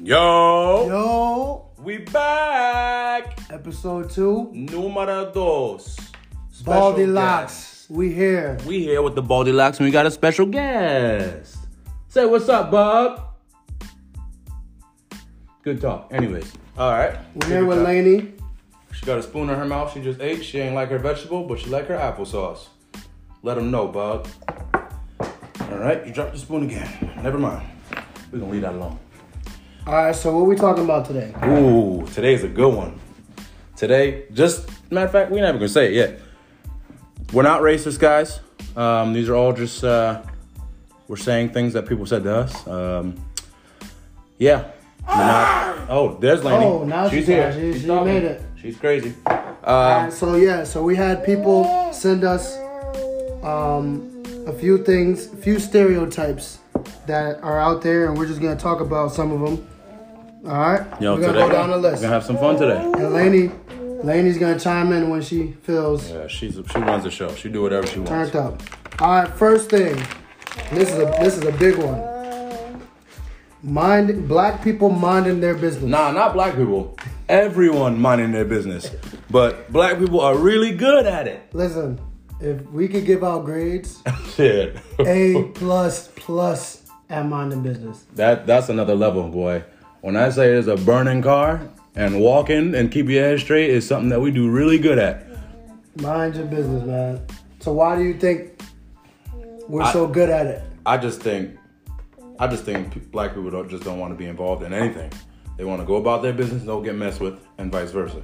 Yo, Yo, we back. episode two, Numero dos. Special Baldy guest. Locks. We here. We here with the Baldy Locks, and we got a special guest. Say what's up, Bob. Good talk. Anyways, all right. We're here with Laney. She got a spoon in her mouth. She just ate. She ain't like her vegetable, but she like her applesauce. Let them know, Bob. All right, you dropped the spoon again. Never mind. We're gonna leave that alone. All right, so what we talking about today? Ooh, today's a good one. Today, just matter of fact, we're never gonna say it yet. We're not racist, guys. Um, these are all just uh, we're saying things that people said to us. Um, yeah. We're not- oh, there's Lainey. Oh, now she's here. She- she talking. made it. She's crazy. All right, so yeah, so we had people send us um, a few things, a few stereotypes that are out there, and we're just gonna talk about some of them. All right, You know, we're gonna today, go down the We're list. gonna have some fun today. And Laney, Laney's gonna chime in when she feels Yeah, she's she runs the show. She do whatever she wants. turned up. All right, first thing. This is a this is a big one. Mind black people minding their business. Nah, not black people. Everyone minding their business, but black people are really good at it. Listen, if we could give out grades, Shit. A plus plus at minding business. That that's another level, boy. When I say it's a burning car and walking and keep your head straight is something that we do really good at. Mind your business, man. So why do you think we're so good at it? I just think, I just think pe- black people don't, just don't want to be involved in anything. They want to go about their business, don't get messed with, and vice versa.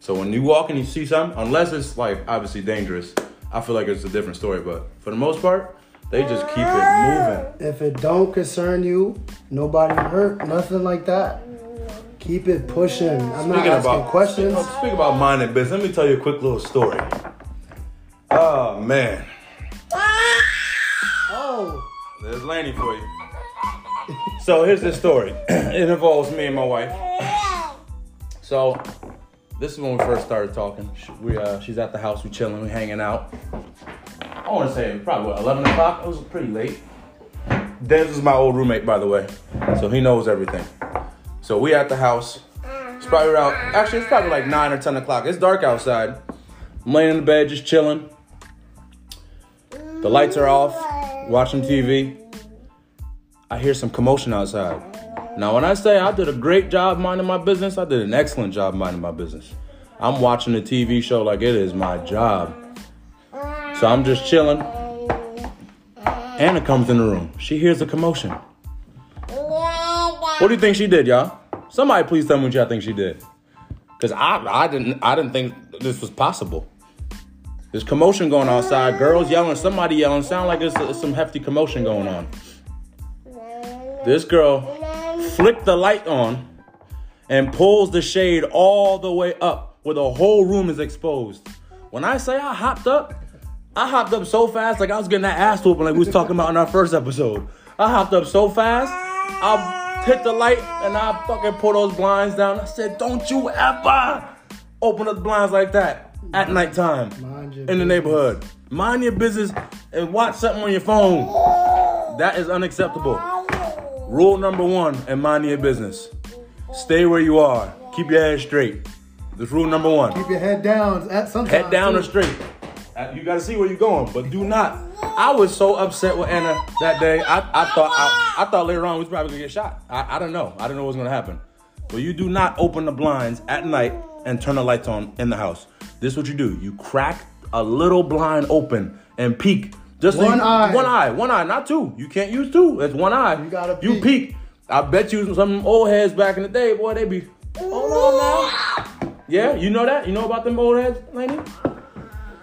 So when you walk and you see something, unless it's like obviously dangerous, I feel like it's a different story. But for the most part, they just keep it moving. If it don't concern you, nobody hurt, nothing like that. Keep it pushing. I'm not Speaking asking about questions. Speak, speak about mind and business. Let me tell you a quick little story. Oh man, Oh, there's Laney for you. So here's the story. it involves me and my wife. So this is when we first started talking. She- We uh, she's at the house. We chilling. We hanging out. I want to say probably what, 11 o'clock. It was pretty late. Dez is my old roommate, by the way, so he knows everything. So we at the house. It's probably around. Actually, it's probably like nine or ten o'clock. It's dark outside. I'm laying in the bed, just chilling. The lights are off. Watching TV. I hear some commotion outside. Now, when I say I did a great job minding my business, I did an excellent job minding my business. I'm watching the TV show like it is my job. So I'm just chilling. Anna comes in the room. She hears a commotion. What do you think she did, y'all? Somebody please tell me what y'all think she did. Cause I I didn't I didn't think this was possible. There's commotion going outside. Girls yelling, somebody yelling. Sound like it's, it's some hefty commotion going on. This girl flicked the light on and pulls the shade all the way up where the whole room is exposed. When I say I hopped up, I hopped up so fast like I was getting that ass whooping like we was talking about in our first episode. I hopped up so fast, I hit the light and I fucking pulled those blinds down. I said, don't you ever open up the blinds like that at nighttime Mind your in the business. neighborhood. Mind your business and watch something on your phone. That is unacceptable. Rule number one and mind your business. Stay where you are. Keep your head straight. That's rule number one. keep your head down. At some Head down or straight. Uh, You gotta see where you're going, but do not. I was so upset with Anna that day. I, I thought I, I thought later on we was probably gonna get shot. I, I don't know. I don't know what's gonna happen. But you do not open the blinds at night and turn the lights on in the house. This is what you do. You crack a little blind open and peek. Just so One you- eye. One eye. One eye. Not two. You can't use two. It's one eye. You gotta You peek. peek. I bet you some old heads back in the day, boy, they be. Hold on now. Yeah, you know that? You know about them old heads, lady?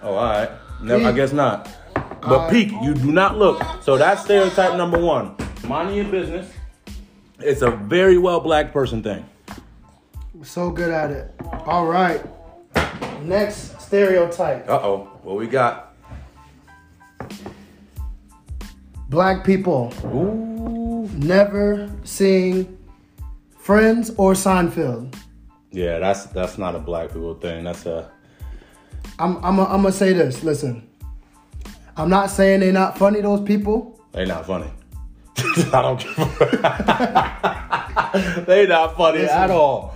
Oh, all right. No, I Peek. guess not. But peek, you do not look. So that's stereotype number one. Minding your business. It's a very well black person thing. So good at it. All right. Next stereotype. Uh oh. What we got? Black people Ooh. never seeing Friends or Seinfeld. Yeah, that's that's not a black people thing. That's a I'm I'm i I'm gonna say this. Listen, I'm not saying they're not funny. Those people, they not funny. I don't give a they not funny Listen. at all.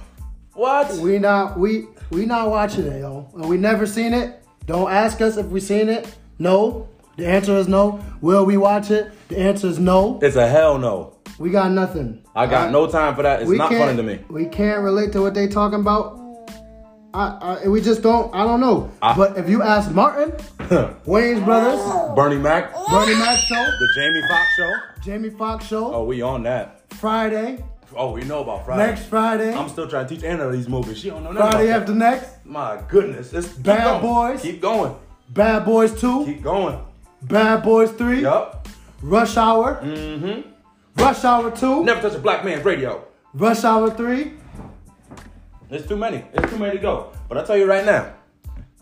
What? We not we we not watching it, yo. And we never seen it. Don't ask us if we seen it. No. The answer is no. Will we watch it? The answer is no. it's a hell no. We got nothing. I got Alright? no time for that. It's We not can't- funny to me. We can't relate to what they talking about. I, I we just don't. I don't know. I- but if you ask Martin, Wayne's brothers, Bernie Mac, Bernie Mac show, the Jamie Foxx show. Jamie Foxx Oh, show, we on that. Friday, Oh, we know about Friday. next Friday, I'm still trying to teach Anna these movies. She don't know nothing. Friday about after next, that. My goodness, it's keep Bad going. Boys. Keep going. Bad Boys Two, Keep going. Bad Boys Three, Yup. Mm-hmm. Rush Hour, Rush Hour Two, Never touch a black man's radio. Rush Hour Three. There's too many. There's too many to go. But I tell you right now,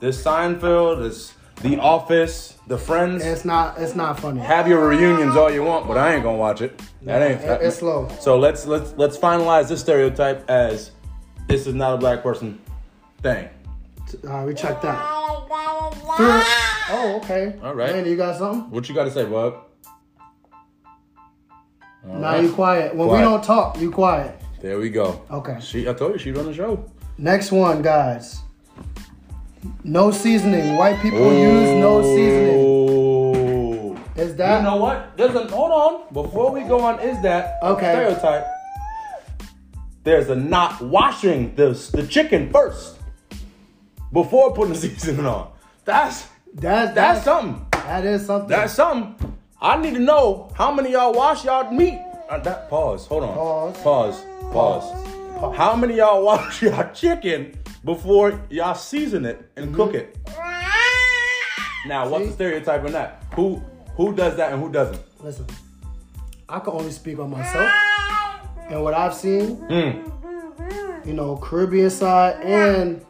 this Seinfeld, this The Office, The Friends. It's not. It's not funny. have your reunions all you want, but I ain't gonna watch it. That ain't. it- it's slow. So let's let's let's finalize this stereotype as this is not a black person thing. All right, we checked that. Three. Oh, okay. All right. Randy, you got something? What you got to say, bub? All Now right. you quiet. When Quiet. we don't talk, you quiet. There we go. Okay. She, I told you, she run the show. Next one, guys. No seasoning. White people use no seasoning. seasoning. Is that you know what? There's an hold on before we go on. Is that a Okay. stereotype? There's a not washing the the chicken first before putting the seasoning on. That's that's that's that's something. that is something. That's something. I need to know how many of y'all wash y'all meat. Uh, that pause. Hold on. Pause. Pause. Pause. How many of y'all wash y'all chicken before y'all season it and cook it? Now, what's the Mm-hmm. See? stereotype in that? Who who does that and who doesn't? Listen, I can only speak on myself and what I've seen. You know, Caribbean side and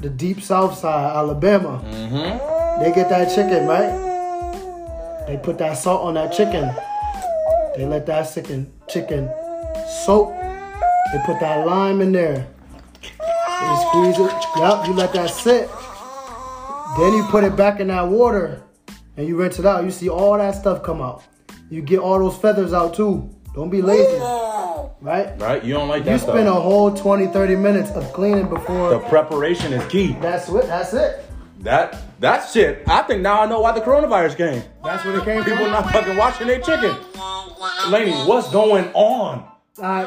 the deep South side, Alabama. They get that chicken right. They put that salt on that chicken. They let that chicken chicken soak. They put that lime in there. You squeeze it. Yep, you let that sit. Then you put it back in that water and you rinse it out. You see all that stuff come out. You get all those feathers out too. Don't be lazy. Right? Right? You don't like that You stuff. spend a whole 20, 30 minutes of cleaning the before preparation is key. that's it. That's it. That that shit. I think now I know why the coronavirus came. That's what it came from. People not fucking washing their chicken. Lady, what's going on? All right,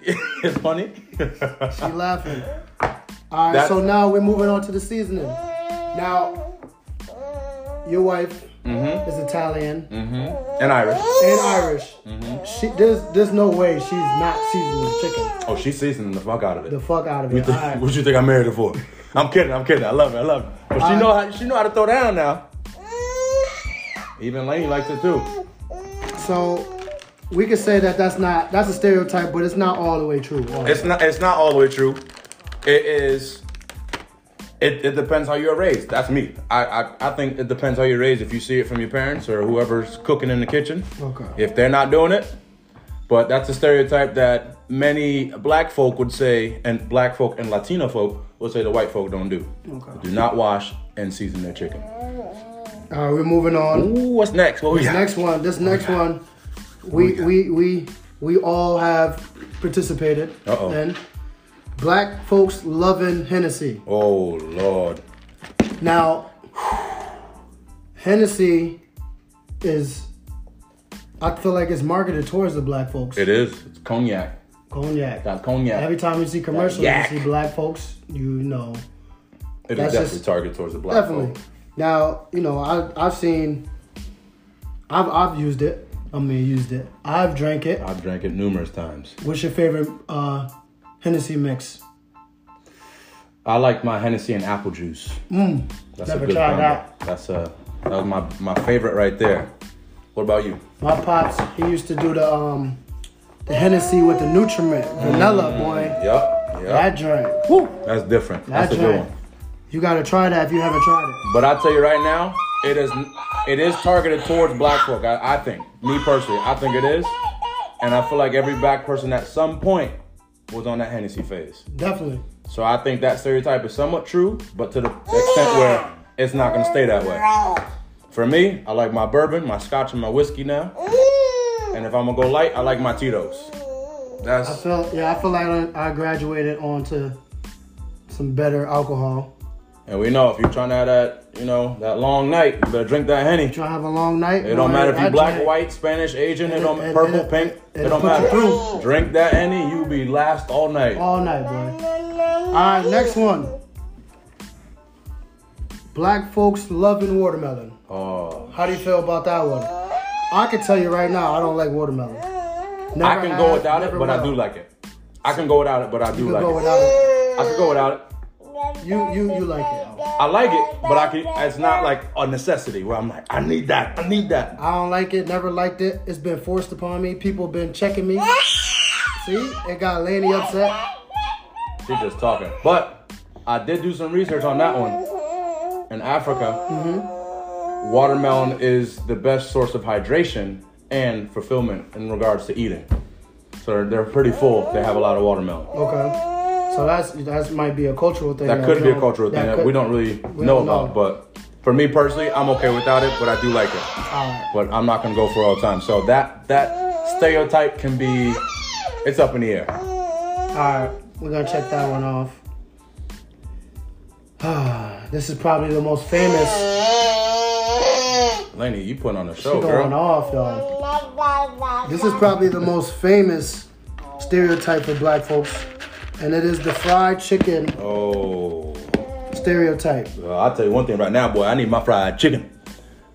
it's funny. she laughing. All right, That- so now we're moving on to the seasoning. Now, your wife Mm-hmm. is Italian and Irish. and Irish. Mm-hmm. She there's there's no way she's not seasoning chicken. Oh, she's seasoning the fuck out of it. The fuck out of You it. think- All right. What you think I married her for? I'm kidding. I'm kidding. I love it. I love it. But she I- know how she know how to throw down now. Even Lainey likes it too. So we could say that that's not that's a stereotype, but it's not all the way true. It's not. It's not all the way true. It is. It, it depends how you're raised. That's me. I, I I think it depends how you're raised. If you see it from your parents or whoever's cooking in the kitchen, Okay. if they're not doing it, but that's a stereotype that many black folk would say, and black folk and Latino folk would say the white folk don't do. Okay. Do not wash and season their chicken. All right, we're moving on. Ooh, what's next? What we got? Next one. Oh This next one, we got? we we we all have participated Uh-oh. in. Black folks loving Hennessy. Oh Lord. Now, Hennessy is, I feel like it's marketed towards the black folks. It is. It's cognac. Cognac. Got cognac. Every time you see commercials, you Yak. see black folks, you know. it is that's definitely just- targeted towards the black Definitely. folk. Now, you know, I, I've seen, I've, I've used it. I mean, used it. I've drank it. I've drank it numerous times. What's your favorite uh, Hennessy mix? I like my Hennessy and apple juice. That's Mm. never tried combo. that. That's a that was my my favorite right there. What about you? My pops, he used to do the um, the Hennessy with the nutriment, vanilla, Mm. boy. Yup. Yup. That drink. Woo. That's different. That That's a good joint. one. You gotta try that if you haven't tried it. But I tell you right now, it is it is targeted towards black folk. I, I think, me personally, I think it is, and I feel like every black person at some point was on that Hennessy phase. Definitely. So I think that stereotype is somewhat true, but to the extent where it's not gonna stay that way. For me, I like my bourbon, my scotch, and my whiskey now. And if I'm gonna go light, I like my Tito's. I That's felt yeah, I feel like I, I graduated onto some better alcohol. and we know if you're trying to have that, you know, that long night, you better drink that henny. Trying to have a long night. It don't matter if you black, drank. white, Spanish, Asian, it don't It- it- purple, it- pink, it- it, it don't put you matter. through. Oh. Drink that any, you be last all night. all night, boy. All right, next one. Black folks loving watermelon. Oh, How do you feel about that one? I can tell you right now, I don't like watermelon. Never I can have, go without it, never but I do will. like it. I can go without it, but I do You like go it. without it. I can go without it. You you you like it. Al. I like it, but I can. It's not like a necessity where I'm like, I need that, I need that. I don't like it. Never liked it. It's been forced upon me. People been checking me. See, it got Laney upset. She's just talking. But I did do some research on that one. In Africa, watermelon is the best source of hydration and fulfillment in regards to eating. So they're, they're pretty full. if They have a lot of watermelon. Okay, so that's that might be a cultural thing. That could we be a don't- cultural thing that could- we don't really we know don't know. about. But for me personally, I'm okay without it, but I do like it. All right. But I'm not gonna go for all time. So that that stereotype can be, it's up in the air. Alright, we're gonna check that one off. this is probably the most famous Laney, you put on a she show, going girl. off, y'all. This is probably the most famous stereotype for black folks, and it is the fried chicken Oh, stereotype. well, I'll tell you one thing right now, boy. I need my fried chicken.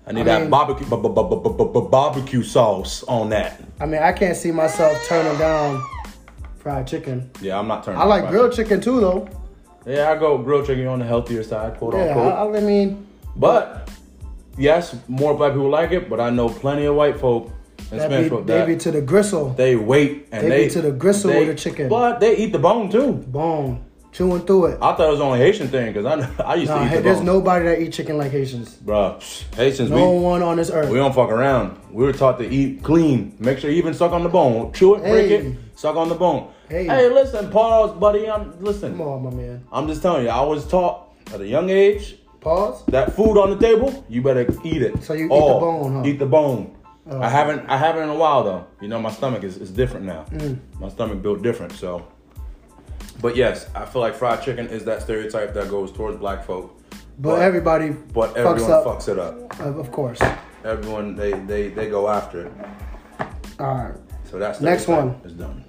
I need mean- that barbecue bu- bu- bu- bu- bu- bu- barbecue sauce on that. I mean, I can't see myself turning down fried chicken. Yeah, I'm not turning. I like fried grilled chicken too, though. chicken. Yeah, I go grilled chicken on the healthier side, quote Yeah, unquote. I, I mean, but yes, more black people like it. But I know plenty of white folk and that be, Spanish folk that they be to the gristle, they wait and they they, be to the gristle they- with the chicken. But they eat the bone too. bone, chewing through it. I thought it was only Haitian thing because I I used Nah, to eat hey, the there's bone. nobody that eat chicken like Haitians. Bruh, Haitians, No we, one on this earth. We don't fuck around. We were taught to eat clean. Make sure you even suck on the bone. Chew it, break Hey. it, suck on the bone. Hey. Hey, listen, pause, buddy. I'm listen. Come on, my man. I'm just telling you. I was taught at a young age Pause. that food on the table, you better eat it. So you eat All. the bone, huh? Oh. Eat the bone. I haven't. I haven't in a while though. You know, my stomach is, is different now. Mm. My stomach built different. So, but yes, I feel like fried chicken is that stereotype that goes towards black folk. But everybody But fucks everyone up. fucks it up. Uh, of course. Everyone they they they go after it. All right. So that's Next one. is done.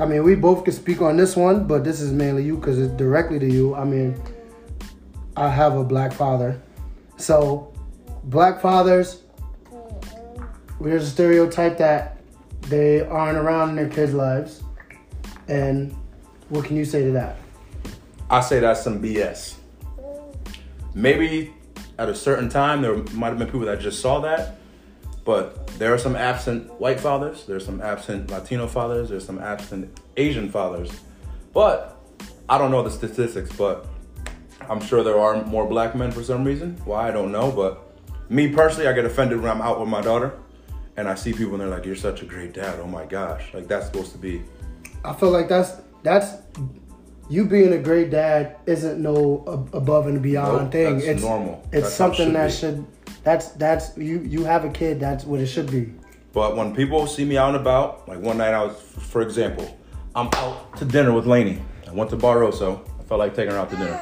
I mean, we both could speak on this one, but this is mainly you because it's directly to you. I mean, I have a black father, so black fathers. There's a stereotype that they aren't around in their kids' lives, and what can you say to that? I say that's some BS. Maybe at a certain time there might have been people that just saw that, but there are some absent white fathers, there's some absent Latino fathers, there's some absent Asian fathers. But I don't know the statistics, but I'm sure there are more black men for some reason. Why I don't know, but me personally, I get offended when I'm out with my daughter and I see people and they're like, "You're such a great dad." Oh my gosh. Like that's supposed to be I feel like that's that's you being a great dad isn't no ab- above and beyond Nope, thing. that's it's normal. It's That's how it something should that be. should that's that's you you have a kid. That's what it should be. But when people see me out and about, like one night I was, for example, I'm out to dinner with Lainey. I went to Barroso. I felt like taking her out to dinner.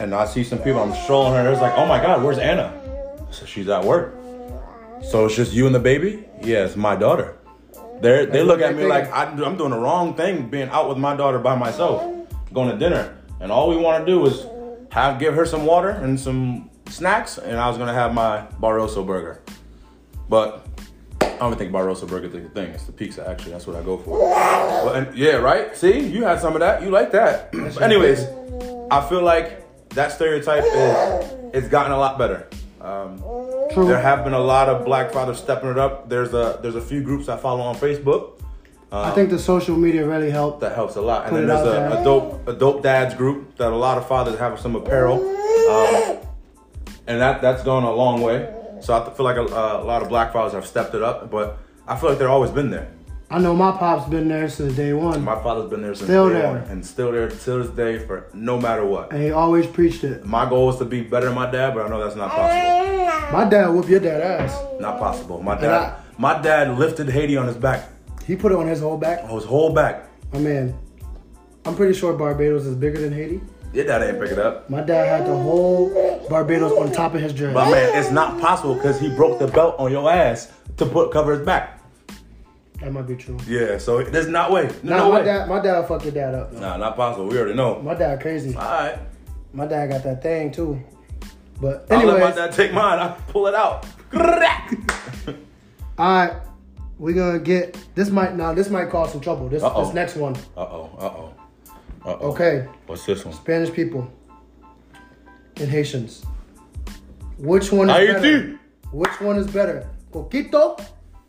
And I see some people, I'm strolling her, and it's like, oh my God, where's Anna? So she's at work. So it's just you and the baby? Yeah, it's my daughter. They're, they look at me like I, I'm doing the wrong thing being out with my daughter by myself, going to dinner. And all we want to do is have give her some water and some snacks, and I was going to have my Barroso burger. But I don't think Barroso burger is the thing. It's the pizza, actually. That's what I go for. Well, and- yeah, right? See, you had some of that. You like that. But anyways, I feel like that stereotype is it's gotten a lot better. Um, True. there have been a lot of black fathers stepping it up. There's a there's a few groups I follow on Facebook I think the social media really helped. that helps a lot. And Put then it there's out there. a, a dope a dope dads group that a lot of fathers have some apparel, um, and that that's gone a long way. So I feel like a, a lot of black fathers have stepped it up, but I feel like they've always been there. I know my pop's been there since day one, My father's been there since Still day there. one, and still there till this day for no matter what. and he always preached it. My goal is to be better than my dad, but I know that's not possible. My dad whoop your dad ass. Not possible. My I- dad, My dad lifted Haiti on his back, He put it on his whole back. on his whole back. My man, I'm pretty sure Barbados is bigger than Haiti. Your dad ain't pick it up. My dad had the whole Barbados on top of his dress. But man, it's not possible because he broke the belt on your ass to put cover his back. That might be true. Yeah, so there's not way. There's Nah, no my way. dad, my dad will fuck your dad up. though. Nah, not possible. We already know. My dad crazy. All right. My dad got that thing too. But I'll let anyway, my dad take mine. I'll pull it out. all right, we gonna get this might now this might cause some trouble. This Uh-oh. this next one, Uh-oh, uh-oh. Uh-oh. okay? What's this one? Spanish people and Haitians. Which one is Haiti. better? Which one is better, coquito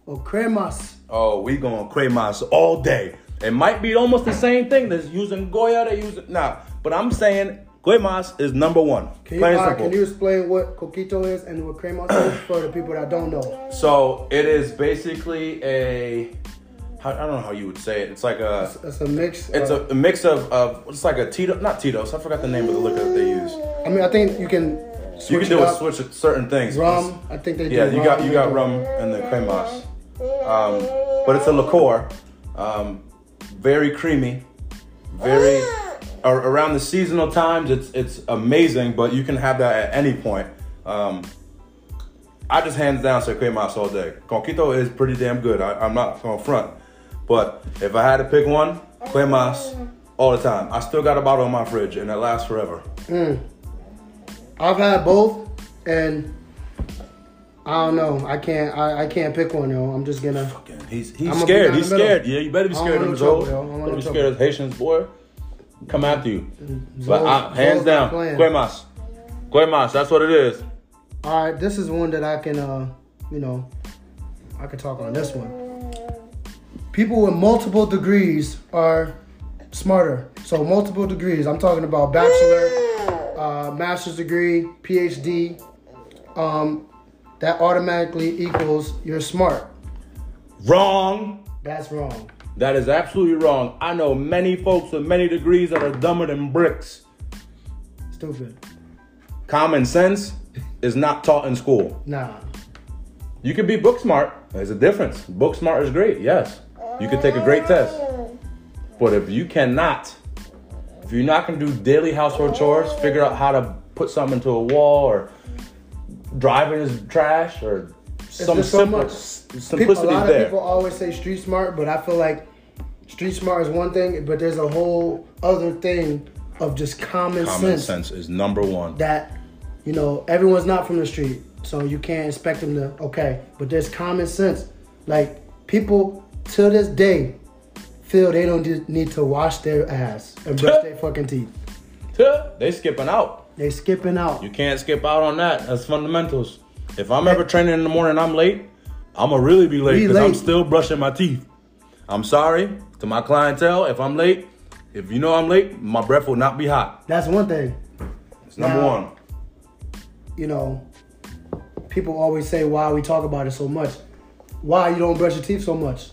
or cremas? Oh, we going Cremons all day. It might be almost the same thing. That's using Goya, they use it. Nah, but I'm saying Cremons is number one. Can Plain you, all and right, simple. can you explain what coquito is and what cremas is for the people that don't know? So it is basically a, how, I don't know how you would say it. It's like a, It's a mix. it's of- a mix of, of it's like a Tito, not Tito's. I forgot the name of the liquor that they use. I mean, I think you can. You Switch can do it a up. switch of certain things. Rum. I think they do. Yeah, you got you got They do- rum and then cremos, um, but it's a liqueur, um, very creamy, very ar- around the seasonal times. It's it's amazing, but you can have that at any point. Um, I just hands down say cremos all day. Conquito is pretty damn good. I, I'm not gonna front, but if I had to pick one, cremos all the time. I still got a bottle in my fridge, and it lasts forever. I've had both, and I don't know. I can't. I, I can't pick one, yo. I'm just gonna. Fucking- He's he's I'ma be scared. down He's the middle. scared. Yeah, you better be I don't scared of want them no trouble, Zol. yo. I don't want Better no be scared trouble. of Haitians, boy. Come after you. But Zol's- I, hands Zol's not down, playing. Guemas. Guemas, that's what it is. All right, this is one that I can. uh You know, I can talk on this one. People with multiple degrees are smarter. So multiple degrees. I'm talking about bachelor, uh, master's degree, PhD. Um, that automatically equals you're smart. Wrong. That's wrong. That is absolutely wrong. I know many folks with many degrees that are dumber than bricks. Stupid. Common sense is not taught in school. Nah. You could be book smart. There's a difference. Book smart is great, yes. You could take a great test. But if you cannot, if you're not gonna do daily household chores, figure out how to put something into a wall or drive in his trash or some just so simple much- s- People, a simplicity lot of there. people always say street smart, but I feel like street smart is one thing, but there's a whole other thing of just common, Common sense, sense is number one. that you know everyone's not from the street, so you can't expect them to okay. But there's common sense, like people till this day feel they don't just need to wash their ass and brush their fucking teeth. Tuh, they skipping out. They skipping out. You can't skip out on that. That's fundamentals. If I'm ever training in the morning and I'm late, I'ma really be late Be because I'm late. still brushing my teeth. I'm sorry to my clientele if I'm late. If you know I'm late, my breath will not be hot. That's one thing. It's number Now- one. you know, people always say why we talk about it so much. Why you don't brush your teeth so much?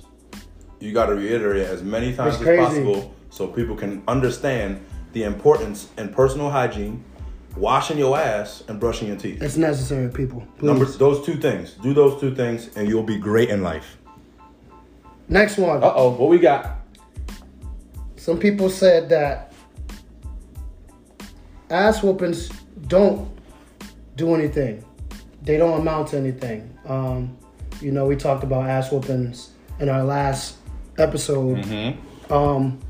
you got to reiterate as many times as It's crazy. possible so people can understand the importance in personal hygiene, washing your ass, and brushing your teeth. It's necessary, people. Please. Number those two things. Do those two things, and you'll be great in life. Next one. Uh oh, what we got? Some people said that ass whoopings don't do anything. They don't amount to anything. Um, you know, we talked about ass whoopings in our last episode. Mm-hmm. Um,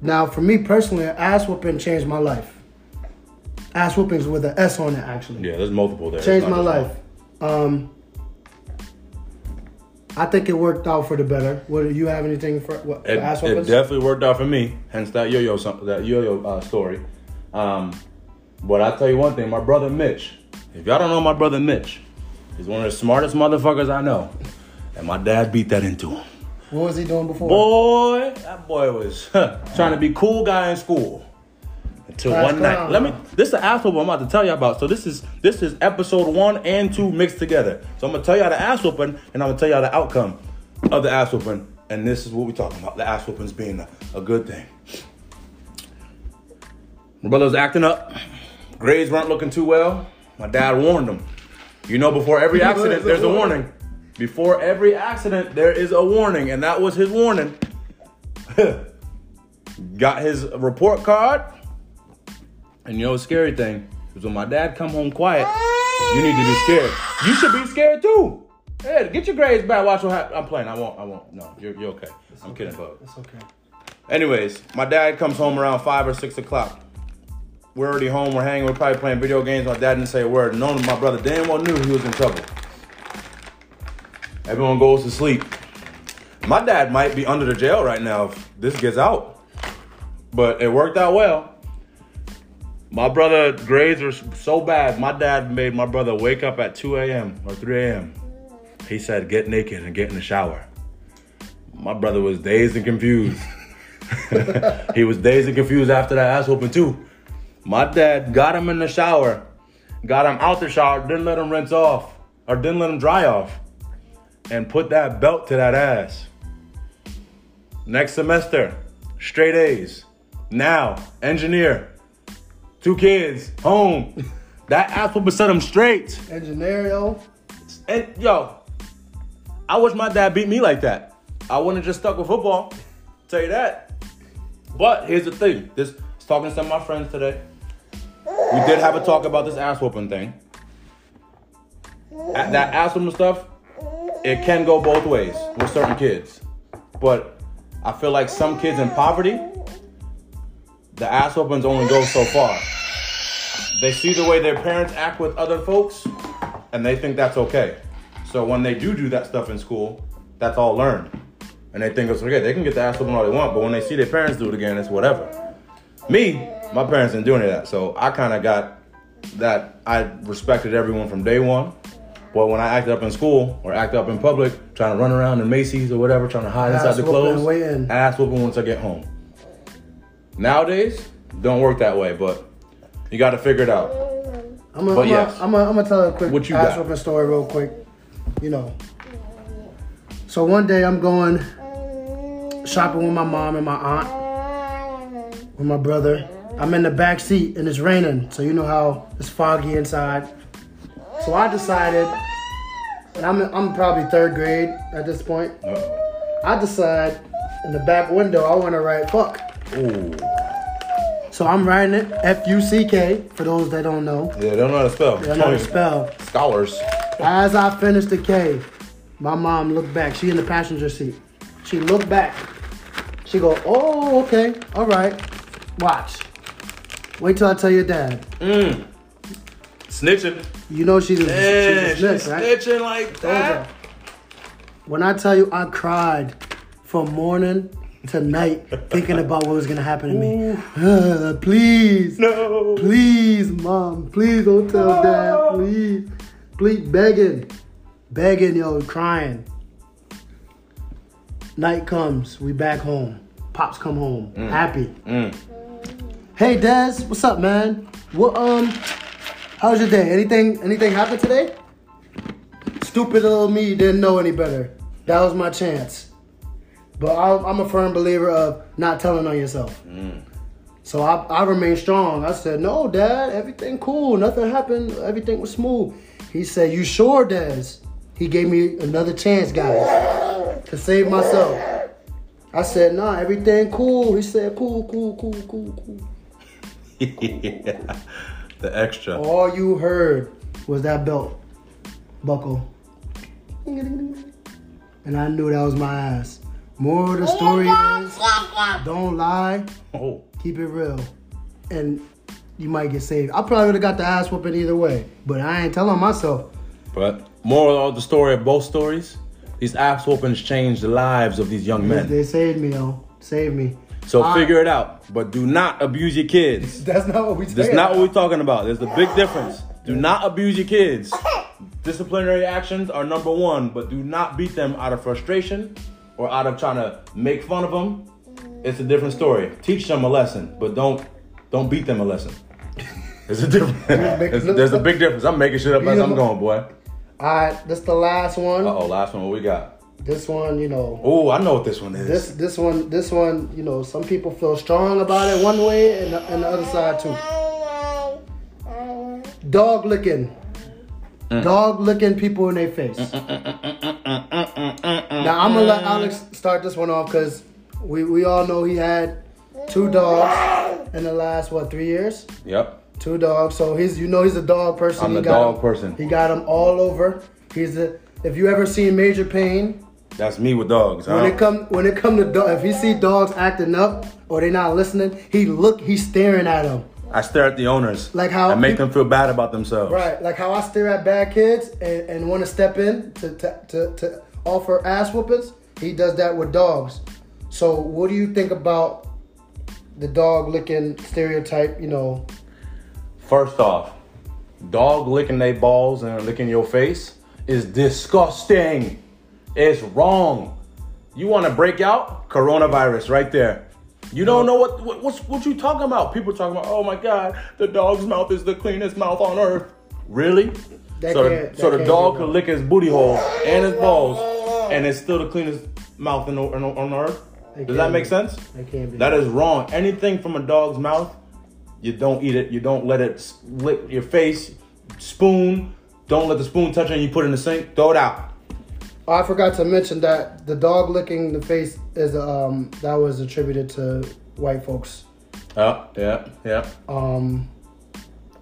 now, for me personally, an ass whooping changed my life. Ass whoopings with an S on it, actually. Yeah, there's multiple there. changed It's my not just life. Um, I think it worked out for the better. What do you have anything for what for ass It, it whoopings? definitely worked out for me. Hence that yo-yo som- that yo-yo uh, story. Um, but I tell you one thing, my brother Mitch. If y'all don't know my brother Mitch, he's one of the smartest motherfuckers I know, and my dad beat that into him. what was he doing before? Boy, that boy was huh, trying to be cool guy in school. Until That's one night. clown. Let me this is the ass whoop I'm about to tell you about. So this is this is episode one and two mixed together. So I'm gonna tell y'all the ass whooping and I'm gonna tell y'all the outcome of the ass whooping. And this is what we're talking about. The ass whoopings being a, a good thing. My brother was acting up. Grades weren't looking too well. My dad warned him. You know, before every accident, there's a warning. Before every accident, there is a warning, and that was his warning. Got his report card, and you know the scary thing is when my dad come home quiet, you need to be scared. You should be scared too. Hey, get your grades back. Watch what happens. I'm playing. I won't. I won't. No, you're, you're okay. I'm kidding, bud. It's okay. Anyways, my dad comes home around five or six o'clock. We're already home. We're hanging. We're probably playing video games. My dad didn't say a word. None of my brother damn well knew he was in trouble. Everyone goes to sleep. My dad might be under the jail right now if this gets out, but it worked out well. My brother grades were so bad. My dad made my brother wake up at 2 a.m. or 3 a.m. He said, "Get naked and get in the shower." My brother was dazed and confused. he was dazed and confused after that ass whooping too. My dad got him in the shower, got him out the shower, didn't let him rinse off or didn't let him dry off, and put that belt to that ass. Next semester, straight A's. Now, engineer, two kids, home. That ass whooping set him straight. Engineerio. And yo, I wish my dad beat me like that. I wouldn't have just stuck with football. Tell you that. But here's the thing. This I was talking to some of my friends today. We did have a talk about this ass whooping thing. A- That ass whooping stuff, it can go both ways with certain kids. But I feel like some kids in poverty, the ass whoopings only go so far. They see the way their parents act with other folks, and they think that's okay. So when they do do that stuff in school, that's all learned. And they think it's okay. They can get the ass whooping all they want, but when they see their parents do it again, it's whatever. Me, my parents didn't do any of that. So I kind of got that I respected everyone from day one. But when I acted up in school or acted up in public, trying to run around in Macy's or whatever, trying to hide Ass inside the whooping clothes, way in. ass whooping once I get home. Nowadays, don't work that way, but you got to figure it out. I'm gonna But I'm yes. gonna I'm gonna tell a quick What you ass got? whooping story real quick. You know. So one day I'm going shopping with my mom and my aunt, with my brother. I'm in the back seat and it's raining, so you know how it's foggy inside. So I decided, and I'm I'm probably third grade at this point. Uh, Uh-oh. I decide in the back window I want to write fuck. Ooh. So I'm writing it F U C K for those that don't know. Yeah, they don't know how to spell. They don't know how to Twenty spell. scholars. As I finished the K, my mom looked back. She in the passenger seat. She looked back. She go, oh, okay, all right. Watch. Wait till I tell your dad. Snitching. You know she's a, Yeah, she's a snitch, she's right? snitching like Told that. ya. When I tell you I cried from morning to night thinking about what was gonna happen to me. Uh, please, No. please, mom, please don't tell dad, please, please, begging, begging, yo, crying. Night comes, we back home. Pops come home, happy. Hey, Des, what's up, man? What um, how's your day? Anything, anything happened today? Stupid little me didn't know any better. That was my chance. But I'm, I'm a firm believer of not telling on yourself. So I, I remained strong. I said, No, Dad, everything cool. Nothing happened. Everything was smooth. He said, You sure, Des? He gave me another chance, guys, to save myself. I said, Nah, everything cool. He said, Cool, cool, cool, cool, cool. yeah. The extra. All you heard was that belt buckle. And I knew that was my ass. More of the story is don't lie, Oh. keep it real, and you might get saved. I probably would have got the ass whooping either way, but I ain't telling myself. But moral of the story of both stories, these ass whoopings changed the lives of these young men. They saved me, yo. Save me. So I- figure it out. But do not abuse your kids. That's not what we That's not what we're talking about. There's a big difference. Do not abuse your kids. Disciplinary actions are number one, but do not beat them out of frustration or out of trying to make fun of them. It's a different story. Teach them a lesson, but don't don't beat them a lesson. There's a difference. There's, there's a big difference. I'm making shit up as I'm going, boy. All right, this the last one. Uh oh, last one. What we got? This one, you know. Oh, I know what this one is. This this one this one you know some people feel strong about it one way and the, and the other side too. Dog licking. Uh. Dog looking people in their face. uh, Now I'm gonna let Alex start this one off because we, we all know he had two dogs in the last what three years? Yep. Two dogs. So he's you know he's a dog person. I'm he a got dog 'em- person. He got them all over. He's a if you ever seen Major Pain, That's me with dogs. when huh? it come when it come to dog, if he see dogs acting up or they not listening, he look he's staring at them. I stare at the owners. Like how I make peop- them feel bad about themselves. Right, like how I stare at bad kids and, and want to step in to, to, to, to offer ass whoopings, he does that with dogs. So, what do you think about the dog licking stereotype? You know, First off, dog licking their balls and licking your face is disgusting. It's wrong. You want to break out? Coronavirus right there. You don't know what, what what's what you talking about. People talking about, oh my god, the dog's mouth is the cleanest mouth on earth. Really? That so can't- the, so the that can't dog be could done. lick his booty hole and his balls, and it's still the cleanest mouth in the, on, on earth. It Does that can't make be. sense? It can't be That done. is wrong. Anything from a dog's mouth, you don't eat it. You don't let it s- lick your face. Spoon, don't let the spoon touch it. You put it in the sink. Throw it out. I forgot to mention that the dog licking the face is um that was attributed to white folks. Yep, yep, yep. Um,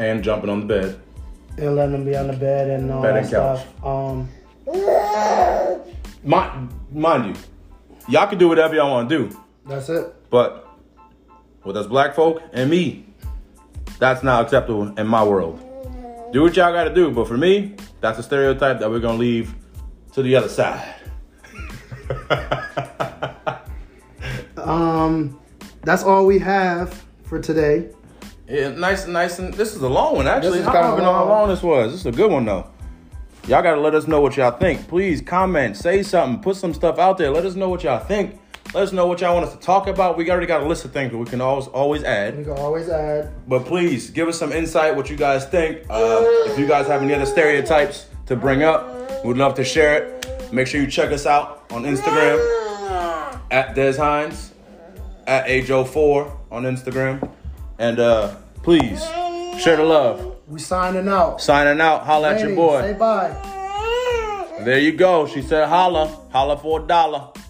And jumping on the bed. and letting them be on the bed and all Bed that and couch. stuff. Um, Mind, mind you, y'all can do whatever y'all want to do, that's it. but with us black folk and me, that's not acceptable in my world. Do what y'all got to do, but for me, that's a stereotype that we're gonna leave to the other side. Um, that's all we have for today. Yeah, nice and nice and this is a long one actually. is I kinda don't even know how long. long this was. This is a good one though. Y'all gotta let us know what y'all think. Please comment, say something, put some stuff out there. Let us know what y'all think. Let us know what y'all want us to talk about. We already got a list of things that we can always always You add. can always add But please give us some insight, what you guys think. Uh, if you guys have any other stereotypes to bring up, we'd love to share it. Make sure you check us out on Instagram at Des Hines, at AJO4 on Instagram. And uh, please share the love. We signing out. Signing out. Holla É at your Ladies, Say boy. bye. There you go. She said holla. Holla for a dollar.